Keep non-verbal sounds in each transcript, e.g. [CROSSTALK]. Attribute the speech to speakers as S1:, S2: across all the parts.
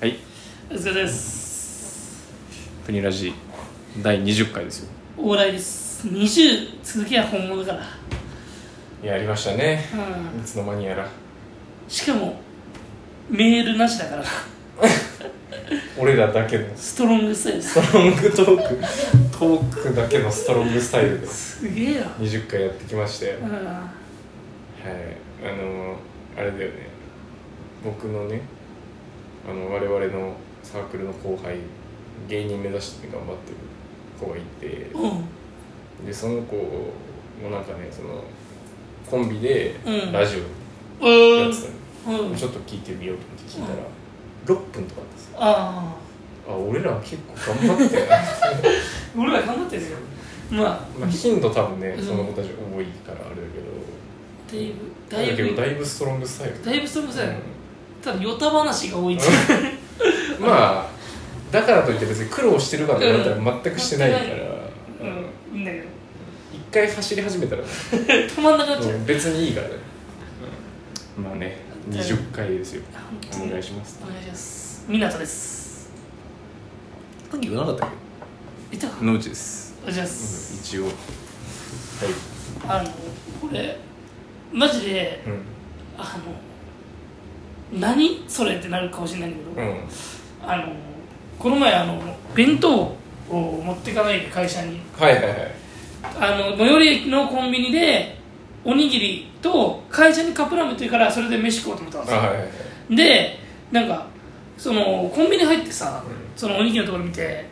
S1: はい
S2: お疲れです
S1: プニラジ第20回ですよ
S2: 往来です20続きは本物だから、
S1: やりましたね
S2: うん
S1: いつの間にやら
S2: しかもメールなしだからな
S1: 俺らだけの
S2: ストロングスタイルです
S1: ストロングトークトークだけのストロングスタイルです
S2: げえよ、
S1: 20回やってきまして
S2: う
S1: はい
S2: ん、
S1: あのあれだよね僕のねあの我々のサークルの後輩芸人目指して頑張ってる子がいて
S2: うん
S1: でその子もなんかねそのコンビで
S2: うん
S1: ラジオ
S2: う
S1: や
S2: ん
S1: ってたの、
S2: うん
S1: ちょっと聞いてみようと思って聞いたら、
S2: う
S1: 6分とかあったんですよ
S2: ああ
S1: あ俺ら結構頑張って [LAUGHS] るな
S2: 俺ら頑張ってるよま
S1: まあ頻度多分ね
S2: うん
S1: その子たち多いからあれだけ
S2: あだいぶ
S1: ど
S2: だい
S1: だけど
S2: ぶ
S1: だいぶストロングスタイル
S2: だいぶストロングスタイル
S1: うん
S2: ただヨタ話が多いって
S1: まあだからといって別に苦労してるからってなったら全くしてないから、
S2: う
S1: うん
S2: んいいんだけど
S1: 一回走り始めた
S2: [LAUGHS]
S1: らね、
S2: 止まんなくなっちゃう
S1: うん別にいいからね、まあね20回ですよ
S2: 本当
S1: お
S2: に
S1: 願いします
S2: お願いしますみなとです
S1: さっき言わなかったっ
S2: いた
S1: け野内です、
S2: お願いしま
S1: うん
S2: す
S1: 一応はい
S2: あのこれマジで
S1: う
S2: あの何それってなるかもしれないんだけ
S1: ん
S2: ど、
S1: うん
S2: あのこの前あの弁当を持ってかないで会社に
S1: はいはいはい
S2: あの最寄り駅のコンビニでおにぎりと会社にカップラーメンというからそれで飯食おうと思ったんです
S1: あ
S2: よ
S1: はいはいはい
S2: でなんかそのコンビニ入ってさ、
S1: うん
S2: そのおにぎりのところ見て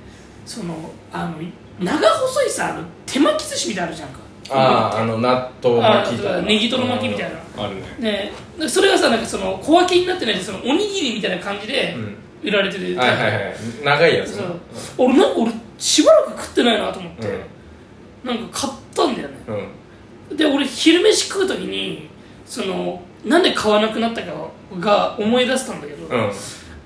S2: そのあの長細いさあの手巻き寿司みたいなのあるじゃんか
S1: あああの納豆巻きと
S2: あ
S1: か
S2: ーネギトロ巻きみたいな
S1: あるね
S2: でそれがさなんかその小分けになってないでそのおにぎりみたいな感じで
S1: うん
S2: 売られてて、
S1: はいはいはい長いやつね
S2: そう俺な俺しばらく食ってないなと思って、なんか買ったんだよね
S1: うんうん
S2: で俺昼飯食う時にそのなんで買わなくなったかが思い出したんだけど、
S1: うん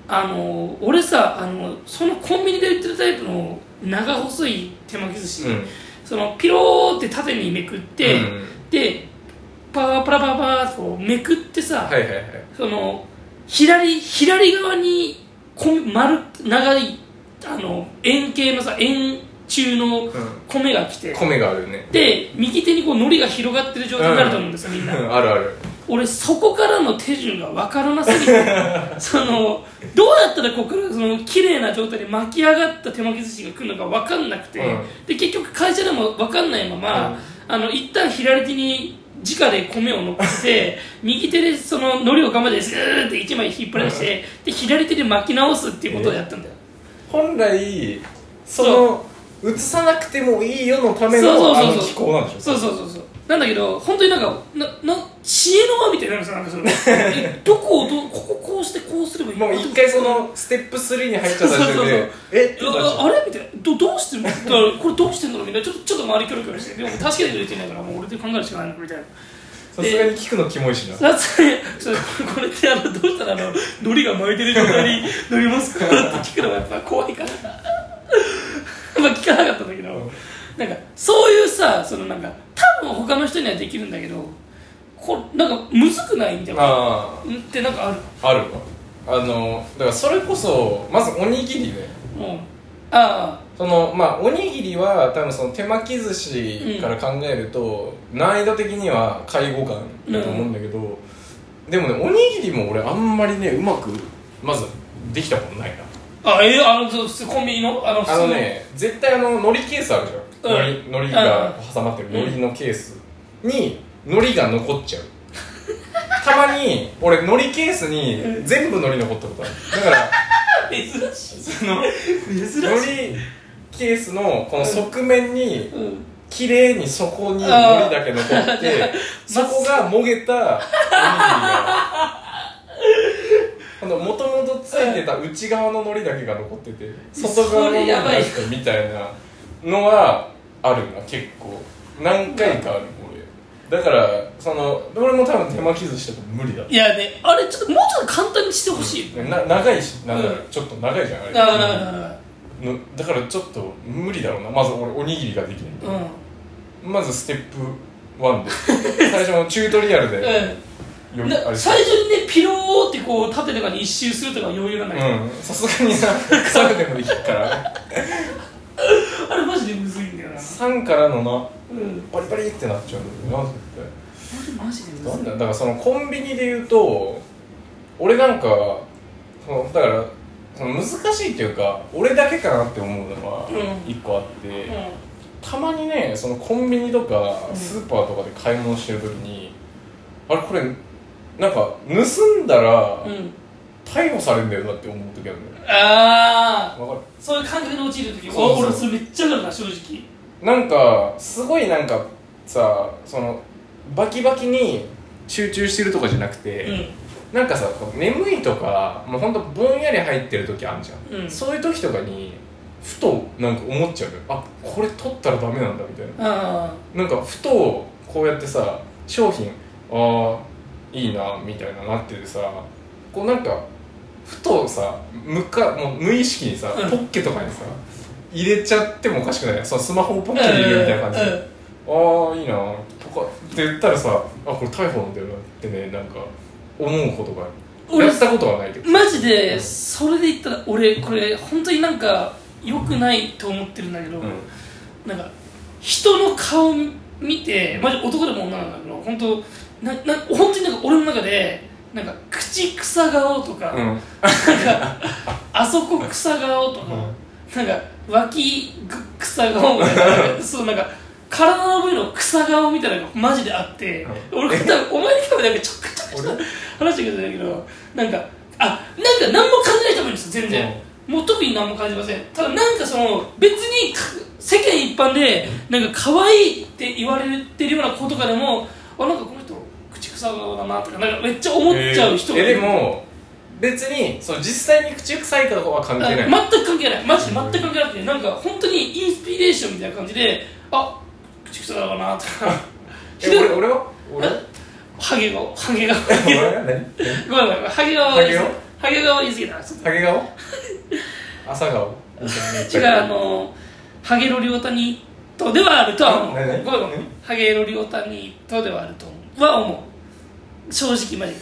S2: あの俺さあのそのコンビニで売ってるタイプの長細い手巻き寿司、
S1: うん
S2: そのピローって縦にめくって、
S1: うん
S2: でパーパラパラパラってこうめくってさ、
S1: はいはいはい
S2: その左左側にこん丸長いあの円形のさ円柱の米が来て、
S1: 米があるよね [LAUGHS]
S2: で右手にこう海苔が広がってる状態になると思うんですよ、みんな
S1: うんあるある
S2: 俺そこからの手順が分からなすぎて
S1: [LAUGHS]
S2: そのどうやったらここからその綺麗な状態で巻き上がった手巻き寿司が来るのか分かんなくて、
S1: うん
S2: で結局会社でも分かんないまま、
S1: うん
S2: あの一旦左手に直で米を乗っけ
S1: [LAUGHS]
S2: て右手でその海苔を頑張ってスーって一枚引っ張り出して、で左手で巻き直すっていうことをやったんだよ、
S1: 本来その映さなくてもいいよのため
S2: そうそう
S1: のあ
S2: そうそう
S1: の気候なんでしょ
S2: そうそうそうそうなんだけど本当になんかなな知恵の輪みたいになるんですよなんか
S1: [LAUGHS]
S2: そのえどこをどうこここうしてこうすればいいの
S1: もう一回そのステップ3に入っちゃった時点でえってなっち
S2: あ
S1: ゃ
S2: あ
S1: う
S2: れみたいなどどうしてるだからこれどうしてんだろうみんなちょっとちょっと周りキョロキョロしてでも助けてくれてないからもう俺で考えるしかないのみたいな
S1: さすがに聞くのキモいしな
S2: さすがにそうこれってあのどうしたらあの海苔が巻いてる状態に乗りますかって聞くのがやっぱ怖いからまあ聞かなかったんだけどなんかそういうさそのなんか多分他の人にはできるんだけどこなんかむずくないみたいな
S1: あ
S2: ってなんかある
S1: ああるわあのだからそれこそまずおにぎりね
S2: もうあ
S1: そのまあおにぎりは多分その手巻き寿司から考えると、難易度的には介護感だと思うんだけど、でもねおにぎりも俺あんまりねうまくまずできたことないな
S2: ああえあのそう普通コンビニのあの普
S1: あ
S2: 通
S1: のね絶対あの海苔ケースあるじゃん、
S2: うん
S1: 海苔海苔が挟まってる
S2: うん
S1: 海苔のケースに海苔が残っちゃうたまに俺海苔ケースに全部海苔残ったことあるだから
S2: 珍しい
S1: その
S2: [LAUGHS] 珍し
S1: 海
S2: い
S1: 苔ケースのこの側面に
S2: うん
S1: 綺麗にそこに海苔だけ残ってそこがもげたおにぎりがあのもともとついてた内側の海苔だけが残ってて外側の海苔だけみたいなのはあるな結構何回かある俺だからその俺も多分手巻き寿司とか無理だ
S2: いやねあれちょっともうちょっと簡単にしてほしいよ
S1: な長いしなんだろう
S2: う
S1: ちょっと長いじゃんあれ
S2: だからだか
S1: のだからちょっと無理だろうなまず俺おにぎりができない
S2: らうん
S1: まずステップ1で最初のチュートリアルで
S2: うん
S1: よ
S2: な
S1: あれ
S2: 最初にねピローってこう縦とかに一周するとか余裕なんだけど、
S1: うんさすがにな腐れてもいいから
S2: あれマジでむずいんだよな
S1: 3からのな
S2: うん
S1: パリパリってなっちゃうんだよな絶対
S2: あれマジでむずい
S1: なんだだからそのコンビニで言うと俺なんかそのだからその難しいっていうか俺だけかなって思うのは
S2: うん
S1: 1個あって、
S2: うん
S1: たまにねそのコンビニとか
S2: うん
S1: スーパーとかで買い物してる時に、あれこれなんか盗んだら
S2: うん、
S1: 逮捕されるんだよなって思う時あるんだよ
S2: ああ
S1: わかる
S2: そういう感覚に陥る
S1: そ
S2: 時
S1: うそう
S2: 俺それめっちゃだから正直
S1: なんかすごいなんかさそのバキバキに集中してるとかじゃなくて、なんかさこう眠いとかもうほんとぼんやり入ってる時あるじゃん、
S2: うん
S1: そういう時とかにふとなんか思っちゃうのよあこれ取ったらダメなんだみたいな
S2: うんあ
S1: なんかふとこうやってさ商品ああいいなみたいななっててさこうなんかふとさ無かもう無意識にさ、
S2: うん
S1: ポッケとかにさ入れちゃってもおかしくないそのスマホをポ
S2: あ
S1: ッケに入れるみたいな感じで、
S2: うん
S1: ああいいなとかって言ったらさあこれ逮捕なんだよなってねなんか思うことがある
S2: 俺
S1: やったことはないけど
S2: マジでそれで言ったら俺これ本当になんか良くないと思ってるんだけど、
S1: う
S2: なんか人の顔見てマジ男でも女なんだけど本当なな本当になんか俺の中でなんか口草顔とか、
S1: んうん
S2: あそこ草顔とか、
S1: うん
S2: なんか脇ぐ草顔みた
S1: [LAUGHS]
S2: いなそうなんか体の部位の草顔みたいなのがマジであって、俺多分お前に多分なんかちょくちょくした話してくれたんだけどなんかあなんか何も感じない人もいるんですよ全然、もう特に何も感じませんただなんかその別にか世間一般でなんか可愛いって言われてるような子とかでもあなんかこの人口草顔だなとかなんかめっちゃ思っちゃう人がい
S1: えー
S2: る、
S1: えでも別にそう実際に口臭いかとかは関係ない、
S2: あ全く関係ないマジで全く関係なくてなんか本当にインスピレーションみたいな感じであ口臭だろうなとかひ
S1: [LAUGHS] え
S2: どい
S1: 俺俺は俺
S2: えハゲ顔ハゲ顔
S1: 俺は何
S2: ごめんごめんハゲ顔は言い過ぎハゲ顔は言い過ぎたちょっ
S1: ハゲ
S2: [LAUGHS]
S1: 顔朝顔み
S2: と
S1: た
S2: 違
S1: いうな
S2: あのハゲロリオタニとではあるとは思う
S1: 何何
S2: ごめんごめん
S1: 何
S2: ハゲロリオタニとではあると思うは思う正直マジ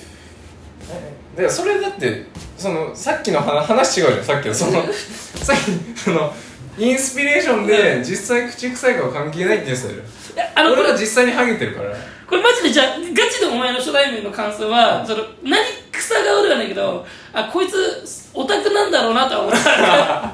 S2: で
S1: でそれだってそのさっきの話話違うじゃんさっきのそ
S2: [LAUGHS]
S1: のさっきそのインスピレーションで実際口臭いかは関係ないって言ってたじゃ
S2: いやあ
S1: ん
S2: のこ
S1: 俺
S2: れ
S1: は実際にハゲてるから
S2: これマジでじゃあガチでお前の初対面の感想はその何草顔ではないけどあこいつオタクなんだろうなとは思った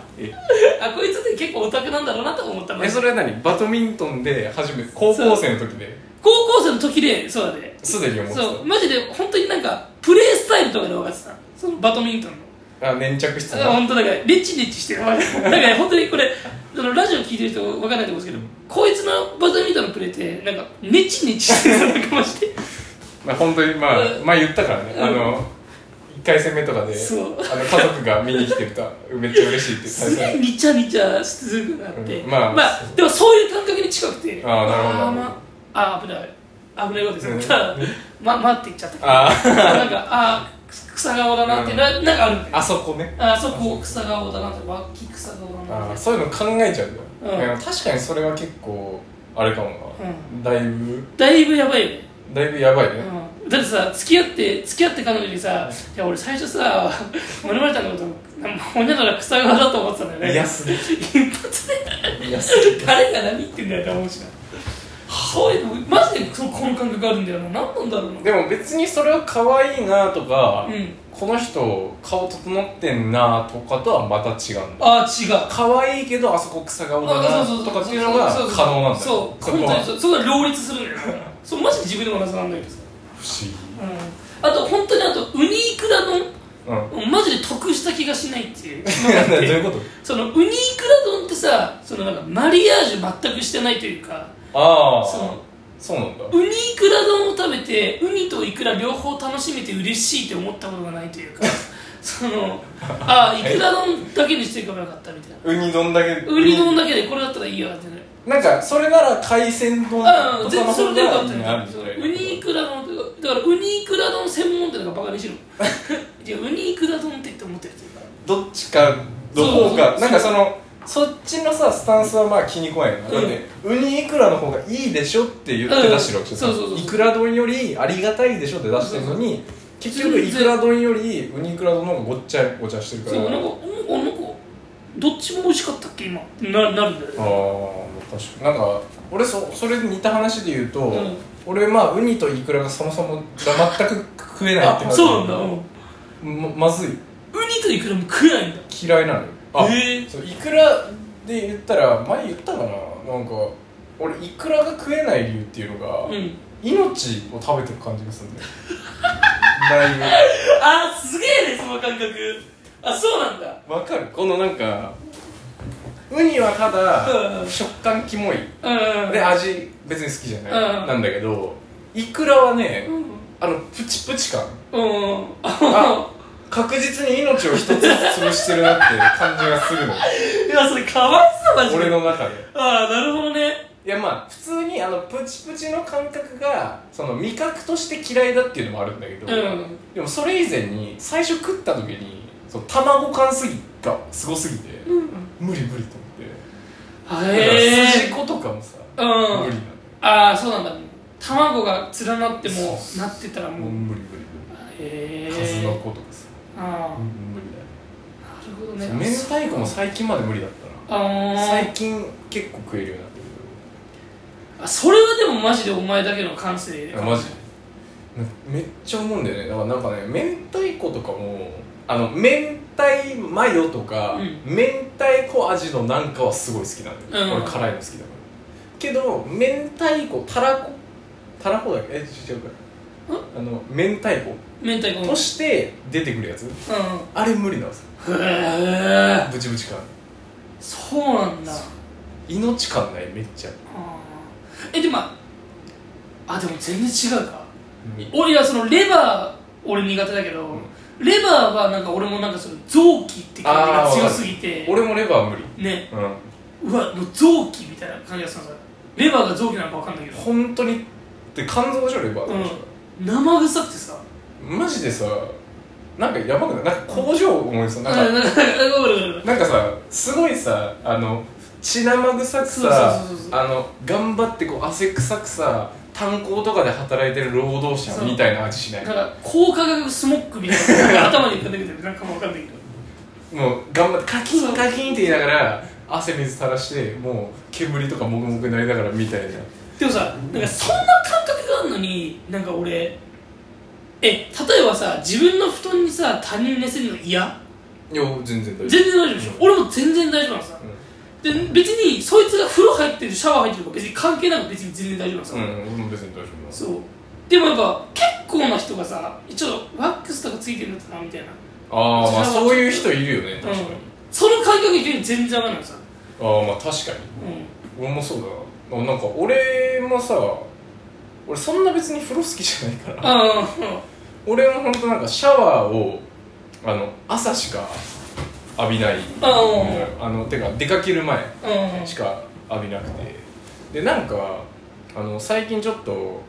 S1: [LAUGHS] え
S2: あこいつって結構オタクなんだろうなとは思ったマ
S1: え
S2: ジで
S1: それは何バドミントンで初め高校生の時で
S2: 高校生の時でそうだね
S1: すでに思って
S2: そうマジで本当になんかプレースタイルとかで分かってたそのバドミントンの
S1: たあ粘着質
S2: だから
S1: な
S2: 本当だからリッチリッチしてるマジでだから本当にこれそのラジオ聞いてる人分かんないと思うんですけどこいつのバドミントンのプレーってなんかネチネチしてるなんかマジで
S1: まあ本当にまあ
S2: うん
S1: 前言ったからね
S2: うん
S1: あの1回戦目とかであの
S2: そう
S1: 家族が見に来てるとめっちゃ嬉しいって
S2: すげえ
S1: 言っ
S2: にちゃにちゃしずくなって、
S1: うん
S2: ま
S1: ま
S2: あ、
S1: あ
S2: でもそういう感覚に近くて
S1: あーなるほど
S2: あー、
S1: なる
S2: まあ、あー危ない危ないことですよ、
S1: うん
S2: ただま待って言っちゃったけど
S1: [LAUGHS] あ
S2: なんかあー草顔だなって、
S1: うん
S2: ななんかあるんだよ
S1: あそこね
S2: あーそこ草顔だなって脇草顔だな
S1: あー
S2: って
S1: そういうの考えちゃうんだよ、
S2: うん
S1: いや確かにそれは結構あれかもな、だいぶ
S2: だいぶやばいよね
S1: だいぶやばいね、
S2: うんだってさ付き合って付き合って彼女にさ「いや俺最初さ [LAUGHS] まるちゃんのことほにゃなら草顔だと思ってたんだよね
S1: 嫌すぎ
S2: 一発で
S1: 嫌すぎ
S2: [LAUGHS] 誰が何言ってんだよって思うしなそういうのマジでそのこの感覚あるんだよな何なんだろうな
S1: でも別にそれは可愛いなとか、
S2: うん
S1: この人顔整ってんなとかとはまた違うんだよ
S2: ああ違う
S1: 可愛いけどあそこ草顔だ
S2: あ
S1: なとかっていうのが可能なんだよ
S2: そう
S1: そ
S2: そ
S1: こ
S2: う本当
S1: は
S2: にそうそこが両立するんだよそうマジで自分でも謎なんだけどさ、
S1: 不
S2: うん、あと本当にあとウニイクラ丼
S1: 思議
S2: マジで得した気がしないっていう
S1: うんなんだどういうこと
S2: そのウニイクラ丼ってさそのなんかマリアージュ全くしてないというか
S1: ああ
S2: そう
S1: そうなんだ
S2: ウニイクラ丼を食べてウニとイクラ両方楽しめて嬉しいって思ったことがないというかそのあイクラ丼だけにしていけばよかったみたいな
S1: ウニ丼だけ
S2: ウニ丼だけでこれだったらいいよってね
S1: なんかそれなら海鮮丼
S2: ああ
S1: と
S2: 全
S1: か
S2: 然
S1: の方
S2: それでよかった
S1: があるみ
S2: ね
S1: たいな
S2: ウニイクラ丼ってだからウニイクラ丼専門店とかバカにしろいやウニイクラ丼ってって思ってるっていうか
S1: どっちかの方が
S2: そうそう
S1: なんかそのそっちのさスタンスはまあ気に食わんよな、
S2: うん
S1: だってウニいくらの方がいいでしょって言って出してるわけじゃん
S2: うんそうそうそうそう
S1: いくら丼よりありがたいでしょって出してるのに結局いくら丼よりウニいくら丼の方がごっちゃごちゃしてるから
S2: そうなんか
S1: あ
S2: うんあなんかどっちも美味しかったっけ今ななるんだよ
S1: あ
S2: ね
S1: 確かになんか俺そそれに似た話で言うと、
S2: うん
S1: 俺まあウニとイクラがそもそもだ全く食えないって
S2: あ
S1: 感じ
S2: そうなんだ、うん、ウニ
S1: ままずい
S2: といくらも食えないんだ
S1: 嫌いなのよあ
S2: へえ
S1: そういくらで言ったら前言ったかななんか俺いくらが食えない理由っていうのが、
S2: うん
S1: 命を食べてる感じがするんだ [LAUGHS] よだい
S2: あーすげえねその感覚あそうなんだ
S1: ぶわかるこのなんかウニはただ
S2: うん
S1: 食感キモい
S2: うん
S1: で味別に好きじゃな
S2: う
S1: い
S2: ん
S1: なんだけどいくらはね
S2: うん
S1: あのプチプチ感
S2: うん
S1: あ確実に命を一つずつ潰してるなって感じがするの
S2: いやそれかわいそうマジで
S1: 俺の中で
S2: ああなるほどね
S1: いやまあ普通にあのプチプチの感覚がその味覚として嫌いだっていうのもあるんだけど、
S2: うん
S1: でもそれ以前に最初食った時にその卵感すぎがすごすぎて、無理無理と思って
S2: は
S1: だから筋
S2: え
S1: 子とかもさ、
S2: う
S1: 無理
S2: ん
S1: な
S2: ああそうなんだ卵が連なっても
S1: そう
S2: なってたら
S1: のも
S2: も
S1: う
S2: う
S1: 無理無理無
S2: へえ
S1: 理数の子とかさ、
S2: ああ
S1: 無理
S2: なるほど
S1: だ
S2: ね
S1: よ、明太子も最近まで無理だったな
S2: あ
S1: 最近結構食えるようになってる
S2: ーあそれはでもマジでお前だけの感性
S1: けどいやマジめっちゃ思うんだよねだからなんかね明太子とかもあの明太マヨとか、
S2: うん
S1: 明太子味のなんかはすごい好きなんだよ、
S2: うん
S1: 俺辛いの好きだからけど明太子たらこたらこだっけえ違うかあの明太子
S2: 明太子も
S1: として出てくるやつ
S2: う
S1: あれ無理なんですよ
S2: んへえ
S1: ブチブチ感
S2: そうなんだ
S1: 命感ないめっちゃ
S2: あーえでもまああでも全然違うか俺いやそのレバー俺苦手だけど、
S1: ん
S2: レバーはなんか俺もなんかその臓器って感じが強すぎて
S1: 俺もレバー無理
S2: ね
S1: うん
S2: うわもう臓器みたいな感じがするんですよレバーが臓器なのかわかんないけど
S1: 本当にって肝臓でしょレバーって
S2: 生臭くてさ
S1: マジでさなんかやばくないなんか工場思いそうなんか
S2: うん [LAUGHS] なんかうん
S1: なんかさすごいさあの血生臭くさ
S2: そうそうそうそう
S1: あの頑張ってこう汗臭くさ炭鉱とかで働いてる労働者みたいな味しない
S2: なんか高化学スモックみたいななんか頭に浮かんでくるなんかもわかんないけど
S1: もう頑張ってカキンカキンって言いながら汗水垂らしてもう煙とかもぐもぐになりながらみたいな
S2: でもさなんかそんな感覚があるのになんか俺え例えばさ自分の布団にさ他人寝せるの嫌
S1: いや全然大丈夫
S2: 全然大丈夫でしょ俺も全然大丈夫なんですよで別にそいつが風呂入ってるシャワー入ってるとか別に関係なく別に全然大丈夫なんです
S1: う
S2: よ、
S1: ん、うん、俺も別に大丈夫だ
S2: そうでもやっぱ結構な人がさちょっとワックスとかついてるんだったなみたいな、
S1: ああまあそういう人いるよね
S2: う
S1: 確
S2: ん
S1: かに、、
S2: その感覚に全然わかんないんですよ、
S1: ああまあ確かに
S2: う
S1: 俺もそうだななんか俺もさ俺そんな別に風呂好きじゃないか
S2: ん、
S1: ら
S2: あ
S1: 俺も本当なんかシャワーをあの朝しか浴びない
S2: あ
S1: あのてか出かける前
S2: あうん
S1: しか浴びなくてでなんかあの最近ちょっと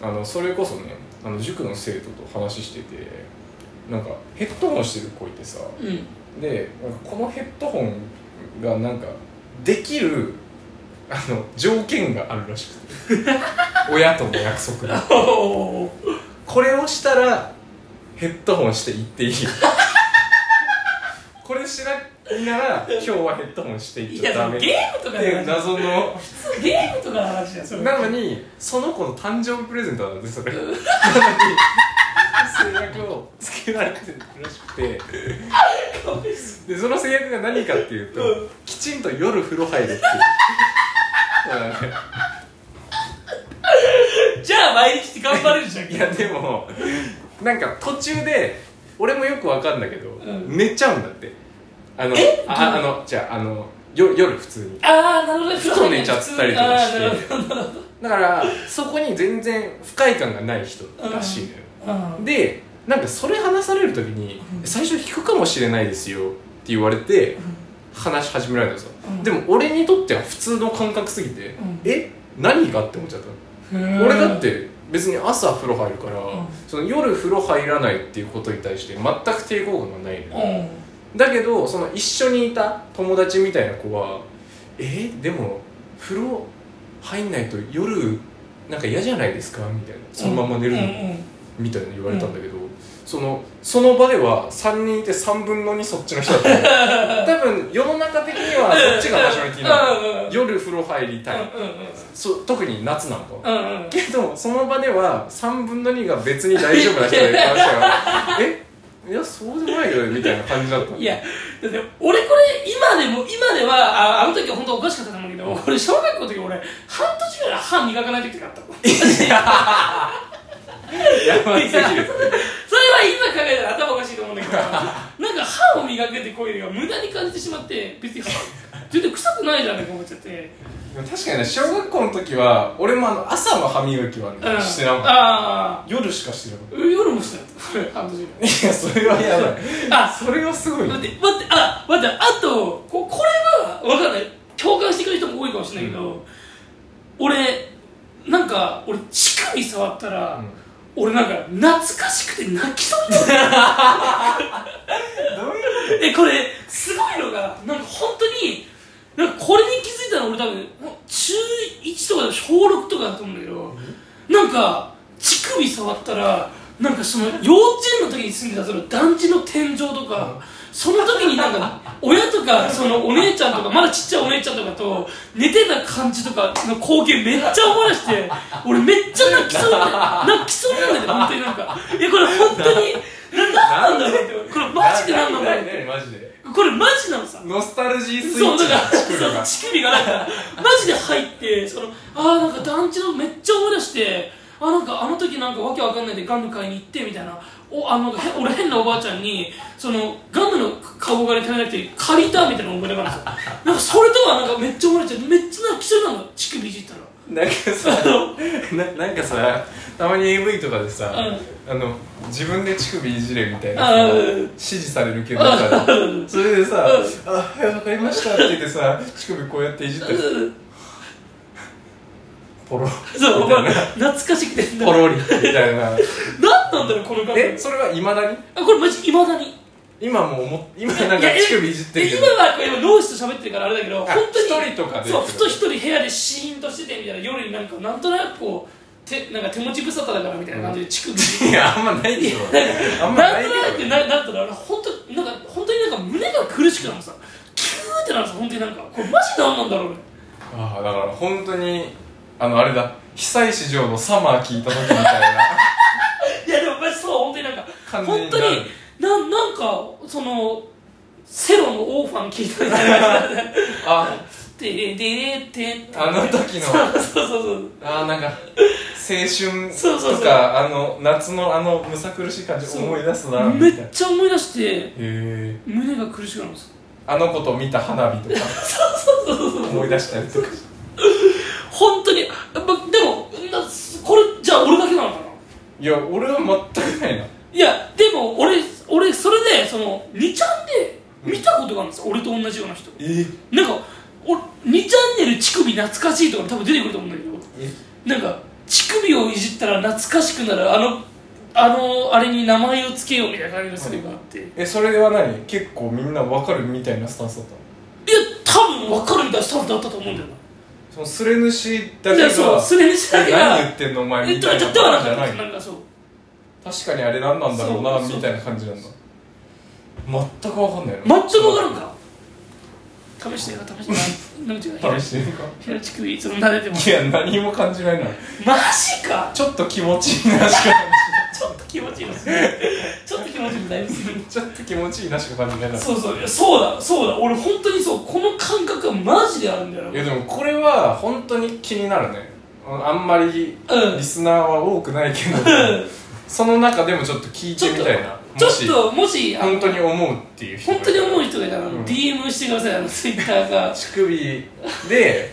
S1: あのそれこそねあの塾の生徒と話しててなんかヘッドホンしてる子いてさ
S2: うん
S1: でこのヘッドホンがなんかできるあの条件があるらしく
S2: [LAUGHS]
S1: て親との約束が
S2: おー
S1: これをしたらヘッドホンして行っていいこれしないなら今日はヘッドホンしていっ
S2: い
S1: ちゃ
S2: や
S1: ダ
S2: そ
S1: メ
S2: の
S1: っ
S2: ゲームとか
S1: て
S2: の
S1: いう
S2: 話
S1: 謎の
S2: ゲームとかの話だよそれ
S1: なのにその子の誕生日プレゼントなんですそ [LAUGHS] れなのに制約をつけられてるらしくてでその制約が何かっていうと、
S2: うん
S1: きちんと夜風呂入るっていう
S2: じゃあ毎日頑張れるじゃ [LAUGHS] ん
S1: いやでもなんか途中で俺もよくわかんだけど、
S2: ん
S1: 寝ちゃうんだってあの
S2: え
S1: ああのじゃああのよ夜普通に
S2: ああなるほど
S1: ふと寝ちゃったりとかして
S2: [LAUGHS] あーなるほど
S1: だからそこに全然不快感がない人らしいのよ、
S2: うん
S1: でなんかそれ話される時に「最初引くかもしれないですよ」って言われて話し始められたんですよ、
S2: うん
S1: でも俺にとっては普通の感覚すぎて「
S2: ん
S1: え何が?」って思っちゃったの俺だって別に朝風呂入るから、
S2: ん
S1: その夜風呂入らないっていうことに対して全く抵抗感がないのよ
S2: う
S1: だけどその一緒にいた友達みたいな子は「えーでも風呂入んないと夜なんか嫌じゃないですか?」みたいな「そのまま寝るの、
S2: うんうん
S1: みたいな言われたんだけど、そのその場では3人いて3分の2そっちの人だった
S2: [LAUGHS]
S1: 多分世の中的にはそっちがマジョリティ
S2: うん
S1: な
S2: うん
S1: の夜風呂入りたい、
S2: うんうんうん
S1: そう特に夏なんかは、
S2: うんうんうん
S1: けどその場では3分の2が別に大丈夫な人がいる話
S2: [LAUGHS]
S1: がえいやそうじゃないよねみたいな感じだったの
S2: いや、だって俺これ今でも今ではああの時は本当おかしかったと思うけど、これ小学校の時俺半年ぐらい歯磨かない時があった。
S1: やば
S2: い
S1: すぎ
S2: やそれ
S1: る
S2: は今考えたら頭おかしいと思うんだけどなんか歯を磨くって行為が無駄に感じてしまって別に歯全然臭くないじゃんって思っちゃって
S1: でも確かにね小学校の時は俺もあの朝の歯磨きはね、
S2: うん
S1: してなかった
S2: ああ
S1: 夜しかしてなかっ
S2: 夜もしたよこれ半年ぐらい
S1: たいやそれはや
S2: [LAUGHS]
S1: ばい
S2: あ
S1: それはす
S2: [LAUGHS]
S1: ごいね
S2: 待って待ってあ待ってあとここれは分かんない共感してくれる人も多いかもしれないけど、俺なんか俺乳首触ったら、
S1: うん
S2: 俺なんか懐かしくて泣きそうになる
S1: どういう
S2: [LAUGHS] えこれすごいのがなんか本当になんかこれに気づいたの俺多分中1とか小6とかだと思うんだけどなんか乳首触ったらなんかその幼稚園の時に住んでたその団地の天井とかその時になんか親とかそのお姉ちゃんとかまだちっちゃいお姉ちゃんとかと寝てた感じとかの光景めっちゃ思い出して俺めっちゃ泣きそうになって泣きそうになるんだよ本当になんかいやこれ本当に何なんだろうってこれマジで何なんだろうって
S1: マジで
S2: これマジなのさ
S1: ノスタルジースイッ
S2: そうだ
S1: チ
S2: から
S1: だ乳首
S2: そ
S1: が
S2: う乳首がなんかマジで入ってそのああなんか団地のめっちゃ思い出してあーなんかあの時なんかわけわかんないでガム買いに行ってみたいなおあのなんかへ俺変なおばあちゃんにそのガムのカゴがね足りなくて借りたみたいな思い出があるんですよなんかそれとはなんかめっちゃ思い出してめっちゃ泣きそうになるの乳首いじったら
S1: [LAUGHS] なんかさななんかさたまに AV とかでさ、あの自分で乳首いじれみたいなさ
S2: うん
S1: 指示されるけどさそれでさ
S2: う
S1: 「あはいわかりました」って言ってさ乳首こうやっていじってポロ
S2: そ
S1: み
S2: う
S1: たいな
S2: 懐かしくて
S1: ポロリみたいな
S2: 何なんだろうこの感
S1: え
S2: 覚
S1: それはいまだに
S2: あこれマジいまだに
S1: 今も思っ今 [LAUGHS] なんか乳首いじってるけ
S2: で
S1: ど
S2: 今はこれ今ロースと喋ってるからあれだけど
S1: あ
S2: 本当に
S1: 一人とかで
S2: そうふと一人部屋でシーンとしててみたいな夜になんかなんとなくこう手なんか手持ち無沙汰だからみたいな感じで乳首
S1: いやあんまないでしょあんま
S2: な
S1: なんい
S2: と
S1: け
S2: な
S1: ど
S2: くななんとなく本当なんか本当になんか胸が苦しくなるのさキューってなるさ本当になんかこれマジなんなんだろうね
S1: ああだから本当にあのあれだ久石譲の「サマー」聞いた時み
S2: [LAUGHS]
S1: たいない
S2: やでもマジそう本当になんか
S1: 完全
S2: 本
S1: に
S2: 当
S1: な
S2: に
S1: る
S2: なんなんかそのセロのオーファン聞いたみたいな感じだね
S1: [LAUGHS] あ
S2: でででで
S1: あの時の
S2: そうそうそうそう
S1: あーなんか青春
S2: そうそうそう
S1: とかあの夏のあのむさ苦しい感じ
S2: そう
S1: 思い出すな
S2: め
S1: みたいな
S2: っ
S1: へ
S2: ちゃ思い出して
S1: え
S2: 胸が苦しくなるんですよ
S1: あの子と見た花火とか思い出したりとか
S2: 本当にやっぱでもなこれじゃあ俺だけなのかない
S1: や俺は全くないない
S2: やでも俺俺それでその2ちゃんで見たことがあるんですよ、俺と同じような人
S1: え
S2: なんか俺2チャンネル乳首懐かしいとか多分出てくると思うんだけど
S1: え
S2: なんか乳首をいじったら懐かしくなるあのあのあれに名前を付けようみたいな感じのセリフがあって、いや
S1: えそれは何結構みんなわかるみたいなスタンスだったの
S2: 多分分かるみたいなスタンプだったと思うんだよな
S1: そのスレ主だけ
S2: い
S1: が
S2: やそうスレ主だけ
S1: え
S2: が
S1: 何言ってんのお前
S2: え
S1: み
S2: だ
S1: たい
S2: だ
S1: な
S2: ではな
S1: 感じじ
S2: かっ
S1: ゃ
S2: た
S1: な
S2: で
S1: い
S2: す
S1: の
S2: なんかそう
S1: 確かにあれ何なんだろうな
S2: そう
S1: みたいな感じなんだ全くわかんない
S2: 全
S1: な
S2: く分からんか試してよ試してよなんていうの
S1: 試してみるか
S2: 平地区いつも慣れても
S1: いや何も感じないな
S2: マジか
S1: ちょっと気持ちいいなしか感
S2: ちょっと気持ちいいのすねちょっと気持ちいいのだいぶする
S1: じちょっと気持ちいいなしか感じないな
S2: そうそういやそうだそうだ俺本当にそうこの感覚がマジであるんだよ
S1: いやでもこれは本当に気になるねああんまり
S2: うん
S1: リスナーは多くないけど、その中でもちょっと聞いてみたいな
S2: ちょ
S1: も
S2: っ
S1: し
S2: ともしあの
S1: 本当に思うっていう人
S2: 本当に思う
S1: う
S2: 人がいたらあの
S1: ん
S2: DM してくださいあの Twitter が
S1: 乳首で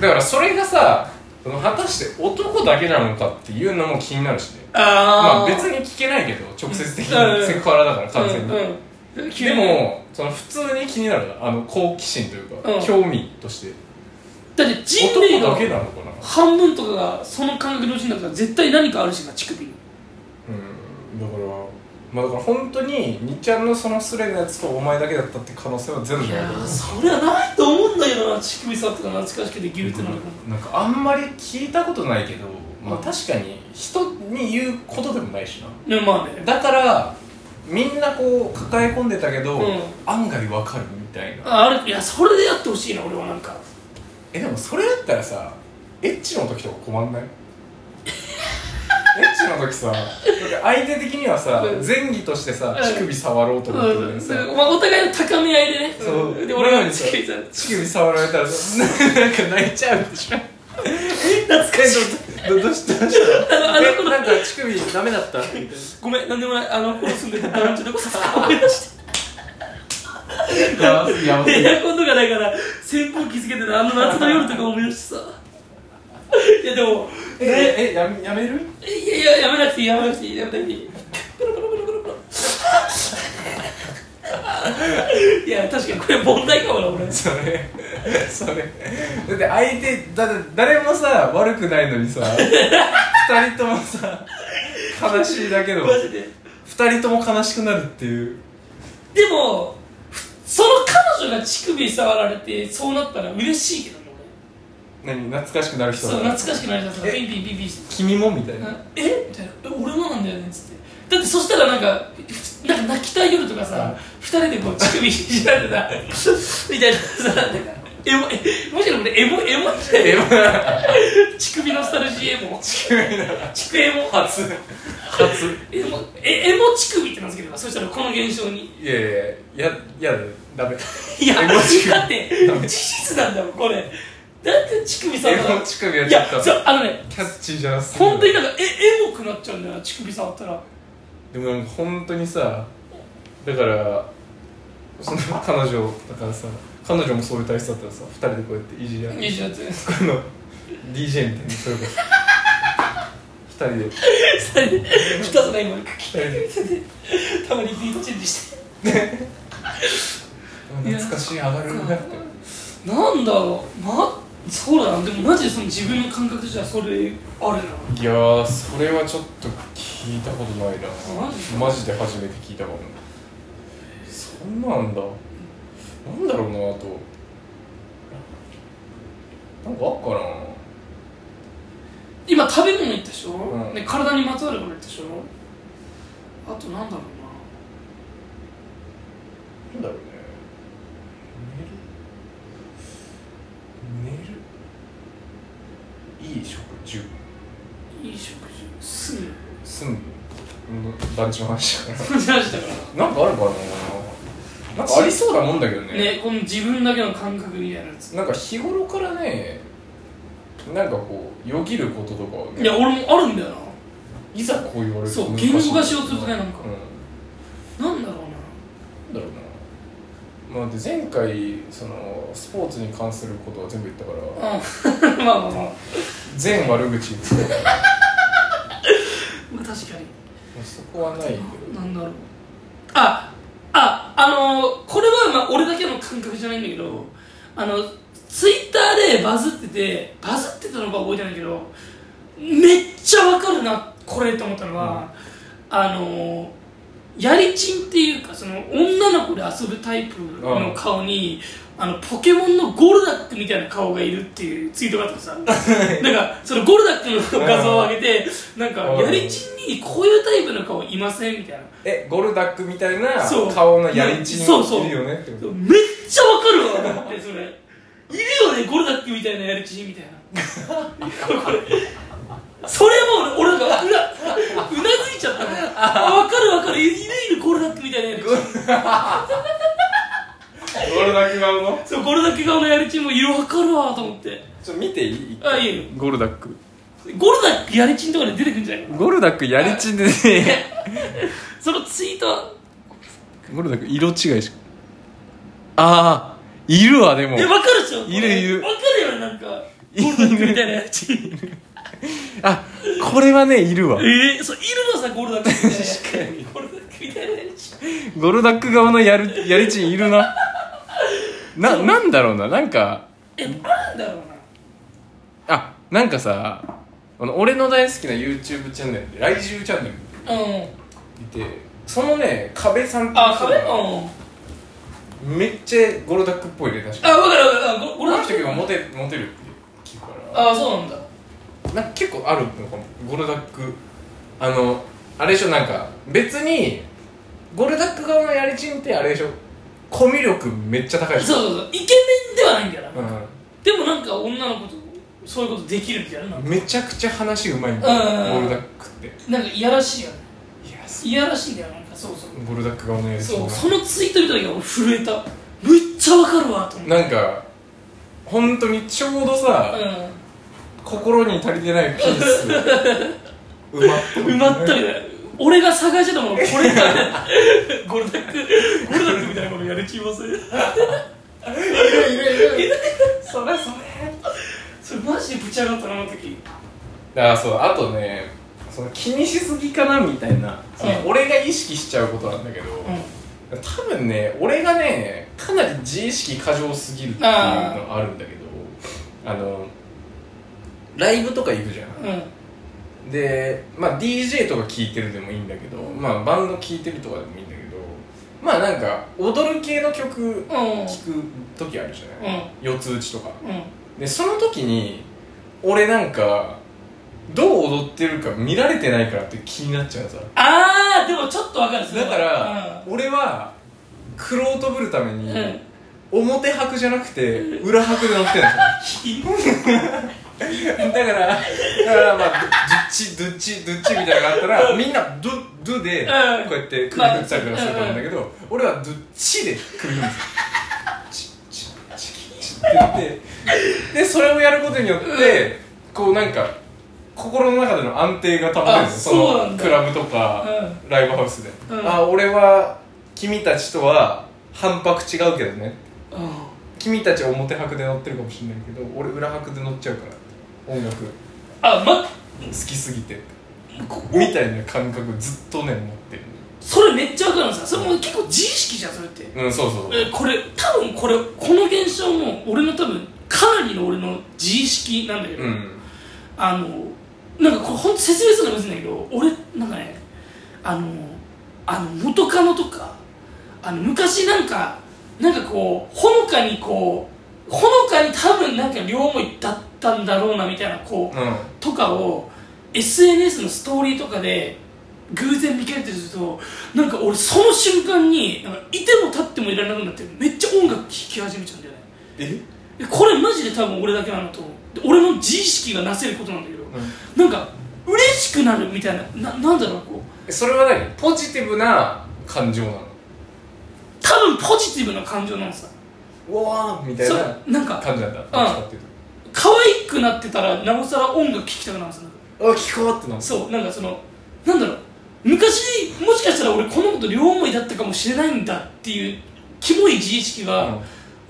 S1: だからそれがさその果たして男だけなのかっていうのも気になるしねま
S2: あ
S1: あ
S2: ー
S1: 別に聞けないけど直接的
S2: うんうん
S1: にセクハラだから完全に、
S2: うんうん
S1: でもその普通に気になるなあの好奇心というか、
S2: うん
S1: 興味として
S2: だって人類
S1: 男
S2: の
S1: だけなのかな
S2: 半分とかがその感覚のうちになったら絶対何かあるしな乳首に
S1: うんだからまあだから本当に2ちゃんのそのスレのやつとお前だけだったって可能性は全部
S2: い
S1: ない
S2: や
S1: と思
S2: ー
S1: う
S2: それはないと思うんだけどな乳首触ってたら懐かしくてギュってなるから
S1: なんかあんまり聞いたことないけど、まあ、確かに人に言うことでもないしな
S2: ねまあね
S1: だからみんなこう抱え込んでたけど、
S2: うん
S1: 案外わかるみたいな
S2: ああるいやそれでやってほしいな俺はなんか
S1: えでもそれだったらさエッチの時とか困んないエッチの時さだって相手的にはさ、
S2: うん
S1: 前儀としてさ
S2: うん
S1: 乳首触ろうと思ってるの
S2: う
S1: に
S2: ん、
S1: さ、
S2: そうまあ、お互いの高め合いでね
S1: そうん
S2: で俺
S1: な
S2: が
S1: のにさ
S2: 乳首触る
S1: 乳首触られたらさなんか泣いちゃうでしょ懐かしいどどどうしたどうした
S2: あのあの
S1: えなんか乳首ダメだったみたいな
S2: ごめんなんでもないあのこの住んでた団地の子さ思い出して
S1: やばいやばい
S2: エアコンとかないから扇風機つけてたあの夏の夜とか思い出してさいやでもね
S1: ええやめやめる
S2: いやいややめなくていいやめなくていいやめなくていいペロペロペロペロペロいや確かにこれ問題かもな俺
S1: それそれだって相手だって誰もさ悪くないのにさ二人ともさ悲しいだけど
S2: マジで
S1: 二人とも悲しくなるっていう
S2: でもふその彼女が乳首触られてそうなったら嬉しいけどね
S1: 何懐かしくなる
S2: 俺
S1: 人
S2: そう懐かしくなりだったらピンピンピンピンして
S1: 君もみたいな
S2: えみたいなえ俺もなんだよねっつってだってそしたらなんかふなんか泣きたい夜とかさ二、人でこう乳首いじられてたみたいなさなんかエモえむしろこれエモエモみたい
S1: エモ
S2: 乳首ノスタルジーエモ
S1: 乳首の
S2: 乳首エモ
S1: 初初
S2: エモえエモ乳首って名付けてたそしたらこの現象に
S1: いやいやいやいやダメ
S2: いや
S1: エモ乳首
S2: だって事実なんだもんこれだって乳首さ
S1: エモ乳首はいちょっ
S2: や
S1: と
S2: そうあのね
S1: キャッチーじゃなすぎる
S2: 本当になんかえエモくなっちゃうんだよな乳首触ったら
S1: でもなんか本当にさだからその彼女だからさ彼女もそういう体質だったらさ二人でこうやっていじり合う
S2: いいじゃんって
S1: この DJ みたいにそれこそ二人で
S2: 2つの今
S1: 二人で
S2: たまにビートチェンジして
S1: 懐かしい上がるなって
S2: なんだろうまそうだなでもマジでその自分の感覚じゃそれある
S1: いやーそれはちょっと聞いたことないな
S2: マジ
S1: マジで初めて聞いたかもそんなんだなんだろうなあとなんかあっかな
S2: 今食べ物言ったでしょ、
S1: うん
S2: で体にまつわるもの言ったでしょあとなんだろう
S1: なんだろうね寝る寝るいい食事
S2: ないい食事すぐ [LAUGHS]
S1: 住むうん団地の話だか
S2: 感じましたから
S1: なんかあるかななんかありそうなもんだけどね
S2: らねこの自分だけの感覚みたいなやつ
S1: なんか日頃からねなんかこうよぎることとかはね
S2: いや俺もあるんだよ
S1: いざこう言われる
S2: そう
S1: 難しい
S2: 言語化しようとするとねなんか
S1: う
S2: ななんだろ
S1: ん、なんだろうなまあで前回そのスポーツに関することは全部言った
S2: う
S1: から
S2: なうん [LAUGHS] まあまあまあ、
S1: 全悪口ですけど
S2: まあ、確かに
S1: そこはないけど
S2: なんだろうあああのーこれはまあ俺だけの感覚じゃないんだけどあのツイッターでバズっててバズってたのか覚えてないけどめっちゃわかるなこれと思ったのは、あのーやりちんっていうかその女の子で遊ぶタイプの顔に、あのポケモンのゴルダックみたいな顔がいるっていうツイートがあってさなんかそのゴルダックの画像を上げてなんか
S1: うん
S2: やりちんにこういうタイプの顔いませんみたいな
S1: えゴルダックみたいな
S2: そう
S1: 顔のやりち
S2: そうそ
S1: ん
S2: う
S1: いるよねってこと
S2: めっちゃわかるわと思ってそれいるよねゴルダックみたいなやるちみたいなこれそれも俺俺なんかうなうなずいちゃったのあわかるわかるいるいるゴルダックみたいなやるち
S1: ゴルダック顔の
S2: そうゴルダック顔のやるちもいるわかるわと思って
S1: ちょ見ていい
S2: あいいよ
S1: ゴルダック
S2: ゴルダックやりちんとかで出てくんじゃないかな
S1: ゴルダックやりちんでね
S2: [LAUGHS] そのツイートは
S1: ゴルダック色違いしかああいるわでも
S2: えわかるでしょ
S1: いるいる
S2: わかるよねなんかゴルダックみたいなやるち
S1: [LAUGHS] あこれはねいるわ
S2: えー、そういるのさゴルダックみたいなやるゴルダックみたいなやるち
S1: ゴルダック側のやるやりちんいるなななんだろうななんか
S2: えなんだろうな
S1: あなんかさあの俺の大好きな YouTube チャンネルで「来週チャンネル」
S2: うん
S1: 見てそのね壁さんっていう
S2: あ
S1: 人
S2: 壁
S1: が
S2: うん
S1: めっちゃゴロダックっぽいね確か
S2: あ
S1: に
S2: 分かる分かるあご
S1: こ
S2: ご覧
S1: の
S2: に
S1: 人がモテモテるって聞くから
S2: ああそうなんだ
S1: なんか結構あるのかもゴロダックあのあれでしょなんか別にゴロダック側のやりちんってあれでしょコミュ力めっちゃ高いでしょ
S2: そうそうそうイケメンではないんだよな、
S1: う
S2: でもなんか女の子とそういうことできるみたいななん
S1: ん
S2: か
S1: めちゃくちゃ話うまいんだ
S2: うん
S1: ゴロダックってい
S2: なんかいやらしいよね
S1: やす
S2: いやらしいんだよなんかそうそう
S1: ゴロダック側のやりちん
S2: そう
S1: が
S2: そのツイート見た時俺震えためっちゃわかるわと思って
S1: なんか本当にちょうどさ、心に足りてないピー
S2: [LAUGHS]
S1: ス埋まって
S2: うん埋まったみたいな俺が探してたものこれ [LAUGHS] だゴルダックゴルダックみたいなことやる気ません
S1: いるいるいるそれそれ
S2: それマジでぶち上がったなあの時
S1: ああそうあとねその気にしすぎかなみたいな、その
S2: うん
S1: 俺が意識しちゃうことなんだけど、
S2: う
S1: 多分ね俺がねかなり自意識過剰すぎるっていうのあるんだけどあのライブとか行くじゃん、
S2: んうん
S1: で、まあ、DJ とか聴いてるでもいいんだけど、まあ、バンド聴いてるとかでもいいんだけどまあなんか踊る系の曲
S2: うんうん
S1: 聴く時あるじゃない、四つ打ちとか
S2: うん
S1: でその時に俺なんかどう踊ってるか見られてないからって気になっちゃうさ
S2: ああでもちょっとわかるそれ
S1: だ
S2: は
S1: から、
S2: う
S1: 俺はクロートぶるために、
S2: んうん
S1: 表拍じゃなくて裏拍で乗
S2: [LAUGHS]
S1: ってんの
S2: ひ
S1: だからだからまあどっちどっちどっちみたいなのがあったらみんなドドで
S2: うん
S1: こうやって首振ったりとかすると思うんだけど俺はどっちで首振るんですよチッチッチッチッってやってでそれをやることによってこうなんか心の中での安定が保てるんですよ
S2: あそ
S1: そ
S2: うなん
S1: の
S2: だ
S1: クラブとか
S2: う
S1: ライブハウスで
S2: うん
S1: あ俺は君たちとは反拍違うけどね
S2: うん
S1: 君たちは表拍で乗ってるかもしれないけど俺裏拍で乗っちゃうから音楽好
S2: あま
S1: きすぎて
S2: こ
S1: みたいな感覚ずっとね持ってる
S2: それめっちゃわかるんですよそれも結構自意識じゃんそれって
S1: うんそうそう
S2: えこれ多分これこの現象も俺の多分かなりの俺の自意識なんだけど、
S1: うん
S2: あのなんかこれ本当説明するのが難しいんだけど俺なんかねあのあの元カノとかあの昔なんかなんかこうほのかにこうほのかに多分なんか両思いだったんだろうなみたいなこう、
S1: うん
S2: とかを SNS のストーリーとかで偶然見かけてるとなんか俺その瞬間になんかいても立ってもいられなくなってめっちゃ音楽聴き始めちゃうんだよね
S1: え
S2: でこれマジで多分俺だけなのと思うで俺の自意識がなせることなんだけどなんか嬉しくなるみたいなななんだろうこう
S1: それは何ポジティブな感情なの
S2: 多分ポジティブな感情なのさ
S1: うわーみたい
S2: そ
S1: な
S2: うなんか
S1: 感じなんだどっちかっていう
S2: 可愛くなってたらなおさら音楽聴きたくなるんですよ
S1: とあ聞こうってなる
S2: そうなんかそのなんだろう昔もしかしたら俺このこと両思いだったかもしれないんだっていうキモい自意識が、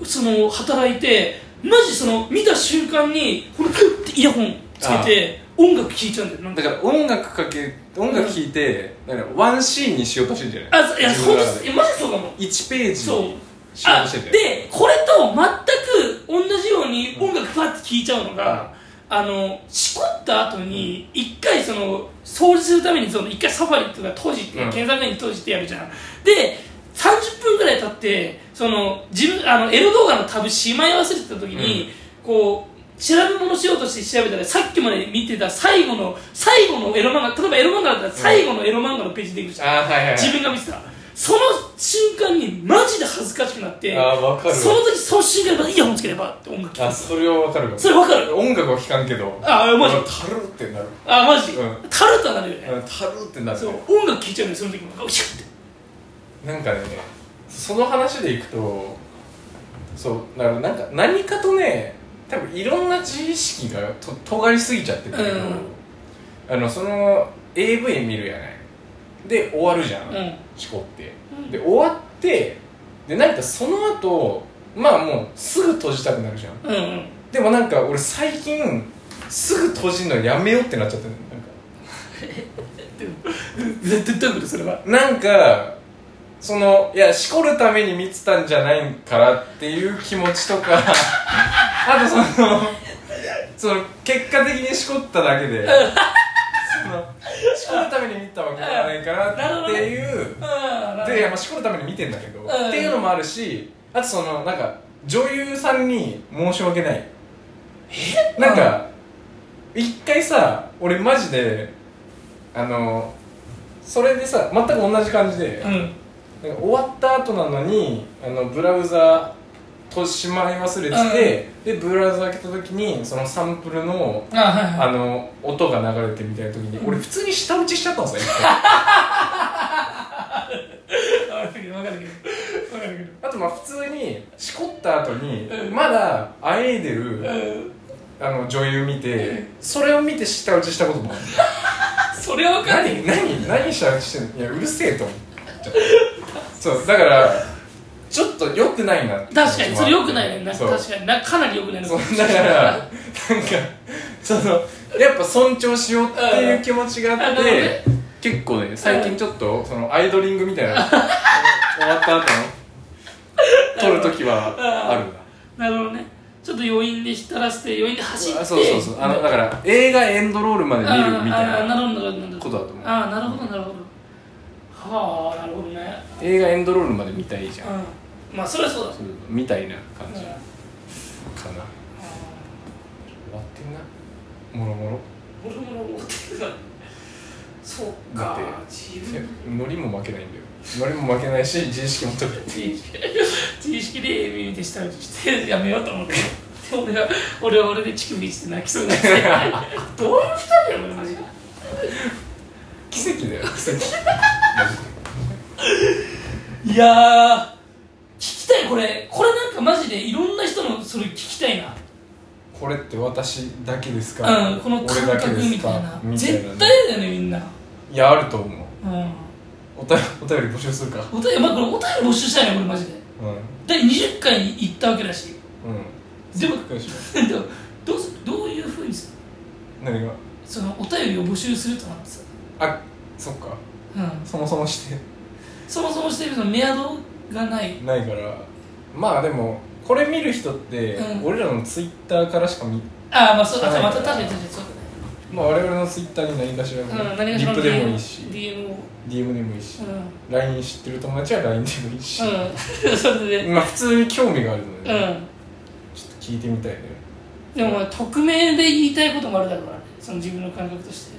S2: その働いてマジその見た瞬間にほんとグッてイヤホンつけて音楽聴いちゃうんだよなん
S1: だ
S2: か
S1: から音楽かけ音楽聴いてだからワンシーンにしようとしてんじゃない
S2: あそういや
S1: 自
S2: ほん
S1: 分の
S2: とい
S1: 中で
S2: やマジそうかも
S1: 1ページ
S2: そう
S1: にしよう
S2: あ
S1: としてんじゃない
S2: でこれと全く同じように音楽パッて聴いちゃうのが、あのしこった後に一回その掃除するためにその一回サファリとか閉じて、
S1: うん
S2: 検索画面に閉じてやるじゃんで30分ぐらい経ってその自分あのエロ動画のタブしまい忘れてた時に、こう調べ物しようとして調べたらさっきまで見てた最後の最後のエロ漫画例えばエロ漫画だったら最後のエロ漫画のページ出てくるじゃん、
S1: あーはいはいはい
S2: 自分が見てたその瞬間にマジで恥ずかしくなって
S1: あーわかるわ
S2: その時その瞬間にまたイヤホンつければって音楽聴
S1: あ
S2: く
S1: それはわかるかも
S2: それわかる
S1: 音楽は聴かんけど
S2: あーマジ
S1: 俺タルってなる
S2: あマジ、
S1: うん
S2: タルタなるよね、
S1: うんタルってなる
S2: そう音楽聴いちゃうねその時もシュッて
S1: なんかねその話でいくとそうだからなんか何かとね多分いろんな自意識がと尖りすぎちゃってたけど、
S2: うん
S1: あのその AV 見るやないで終わるじゃん、
S2: うん
S1: 思考って
S2: うん
S1: で終わってでなんかその後まあもうすぐ閉じたくなるじゃん
S2: うんうん
S1: でもなんか俺最近すぐ閉じるのやめようってなっちゃってるなんか
S2: 絶対どういうことそれは
S1: なんかそのいやしこるために見てたんじゃないからっていう気持ちとか [LAUGHS] あとそのその結果的にしこっただけでそのしこるために見たわけじゃないからっていう
S2: うん
S1: で、まあ、しこるために見てんだけど、
S2: ん
S1: っていうのもあるしあとそのなんか女優さんに申し訳ないえなんか一回さ俺マジであのそれでさ全く同じ感じで、
S2: うん
S1: なんか終わった後なのにあのブラウザとしまい忘れてて、でブラウザ開けた時にそのサンプルの
S2: あはいはい
S1: あの音が流れてみたいな時に、俺普通に舌打ちしちゃったんですよ一回
S2: わかるけどわかるけどわかるけど
S1: あとまあ普通にしこった後に
S2: うん
S1: まだあえいでる
S2: うん
S1: あの女優見
S2: う
S1: て
S2: ん
S1: それを見て舌打ちしたこともある
S2: それはわかんない
S1: 何何何舌打ちしてんのいやうるせえと思っちゃ
S2: [LAUGHS]
S1: ったそうだからちょっと良くないなって
S2: 確かにそれよくないねんな
S1: そう
S2: 確かになかなりよくないね
S1: そうだからなんかそのやっぱ尊重しようっていう気持ちがあっ
S2: うん
S1: て結構ね最近ちょっとそのアイドリングみたいな終わ
S2: [LAUGHS]
S1: った後の撮る時はあるな
S2: なるほどねちょっと余韻で浸らせて余韻で走って
S1: あそうそうそうあのだから映画エンドロールまで見
S2: あ
S1: るみた
S2: あ
S1: い
S2: な
S1: な
S2: るほどなるほどなるほど
S1: ことだと思う
S2: ああなるほどなるほどはあなるほどね
S1: 映画エンドロールまで見たいじゃん
S2: うんまあそれはそうだ
S1: そうみたいな感じ
S2: う
S1: かな
S2: ん
S1: 終わってんなもろもろ
S2: 俺も思ってたそう
S1: だっ
S2: か
S1: て
S2: 自分
S1: ノリも負けないんだよノリも負けないし自意識も取れて
S2: 自意識自意識で耳で下打ちしてやめようと思ってで俺は俺は俺で乳首して泣きそうになっ
S1: [LAUGHS]
S2: てどういう二人だよ俺マジで
S1: 奇跡だよ奇跡
S2: いやー聞きたいこれこれなんかマジでいろんな人のそれ聞きたいな
S1: これって私だけですか、
S2: うんこの
S1: 俺
S2: 感
S1: だけ
S2: 覚
S1: で
S2: み
S1: す
S2: たい
S1: か
S2: な
S1: みたいなね
S2: 絶対だよねみんない
S1: やあると思う
S2: うん
S1: おたお便り募集するか
S2: お便り、まあ、これお便り募集したいねこれマジで
S1: うんうん
S2: 第20回に行ったわけだしでも
S1: どうしよ
S2: でもどうすどういうふうにさ
S1: う何が
S2: そのお便りを募集するとなってさ、
S1: あそっか
S2: うん、
S1: そもそもして
S2: そもそもしてるのメアドがない
S1: ないからまあでもこれ見る人って、
S2: うん
S1: 俺らのツイッターからしか見
S2: ああまあそうあ
S1: は
S2: と
S1: い
S2: また確かに確かにそうだ
S1: まあ我々のツイッターに何かしら、
S2: ね、うん、何
S1: リ
S2: がし
S1: ッ
S2: ら
S1: プ
S2: の
S1: でもいいし
S2: DM を
S1: DM でもいいし
S2: うん、 [LAUGHS] うん、
S1: LINE 知ってる友達は LINE でもいいし、
S2: それで
S1: まあ普通に興味があるの
S2: う
S1: で、
S2: ん
S1: ちょっと聞いてみたいね
S2: でもまあ匿名で言いたいこともあるだろうからねその自分の感覚として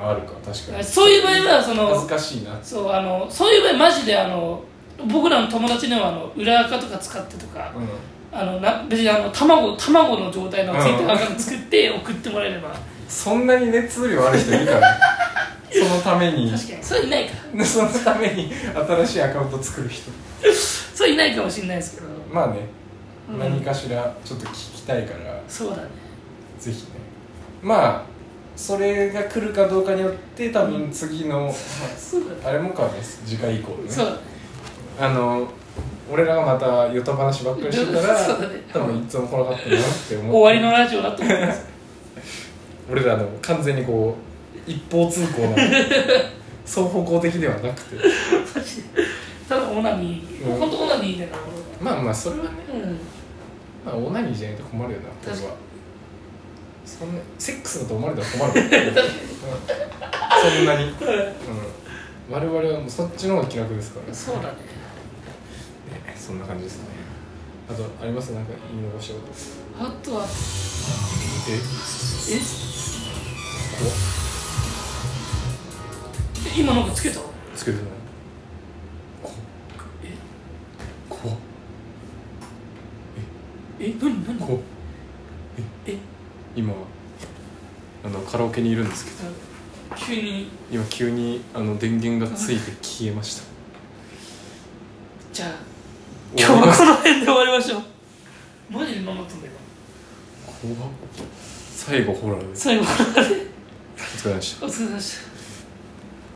S1: あーあるか確かに
S2: そういう場合はその
S1: 恥ずかしいな
S2: そうあのそういう場合マジであの僕らの友達でもあの裏垢とか使ってとか
S1: うん
S2: あのな別にあの卵卵の状態のツイッターアカウント作って送ってもらえれば
S1: そんなに熱量ある人いるから
S2: [LAUGHS]
S1: そのために
S2: 確かにそれいないから
S1: そのために新しいアカウント作る人
S2: それいないかもしれないですけど
S1: まあね、
S2: うん
S1: 何かしらちょっと聞きたいから
S2: そうだね
S1: ぜひねまあそれが来るかどうかによって多分次の、
S2: そうだね
S1: あれもかです次回以降ね
S2: そうだね
S1: あの俺らがまたヨタ話ばっかりしてたら、
S2: そうだね
S1: 多分いつも来なかったなって思う
S2: 終わりのラジオだと思います
S1: 俺らの完全にこう一方通行
S2: [LAUGHS]
S1: な双方向的ではなくて
S2: マジでただオナニー、
S1: うん
S2: 本当オナニーだから
S1: まあまあそれはね
S2: 俺はうん
S1: まあ、オナニーじゃないと困るよな、これ
S2: 確か
S1: は。そんな、セックスだと思われたら困る
S2: [LAUGHS]
S1: よ。うんそんなに。うん。我々はもうそっちの方が気楽ですから。
S2: そうだね
S1: ねそんな感じですね。あと、ありますなんか言い残したこと。
S2: あとは
S1: え
S2: え今なんかつけた
S1: つけてない
S2: え
S1: 怖っ
S2: え何何
S1: 怖っ
S2: え
S1: 今、あの、カラオケにいるんですけど、
S2: 急に
S1: 今急にあの電源がついて消えました。
S2: じゃあ [LAUGHS] 今日
S1: 終わり
S2: は
S1: ます
S2: この辺で終わりましょうマジで守ったんだよ
S1: 怖っ最後、ホラーです。
S2: 最後まで
S1: お疲れ様でした。
S2: お疲れ様でした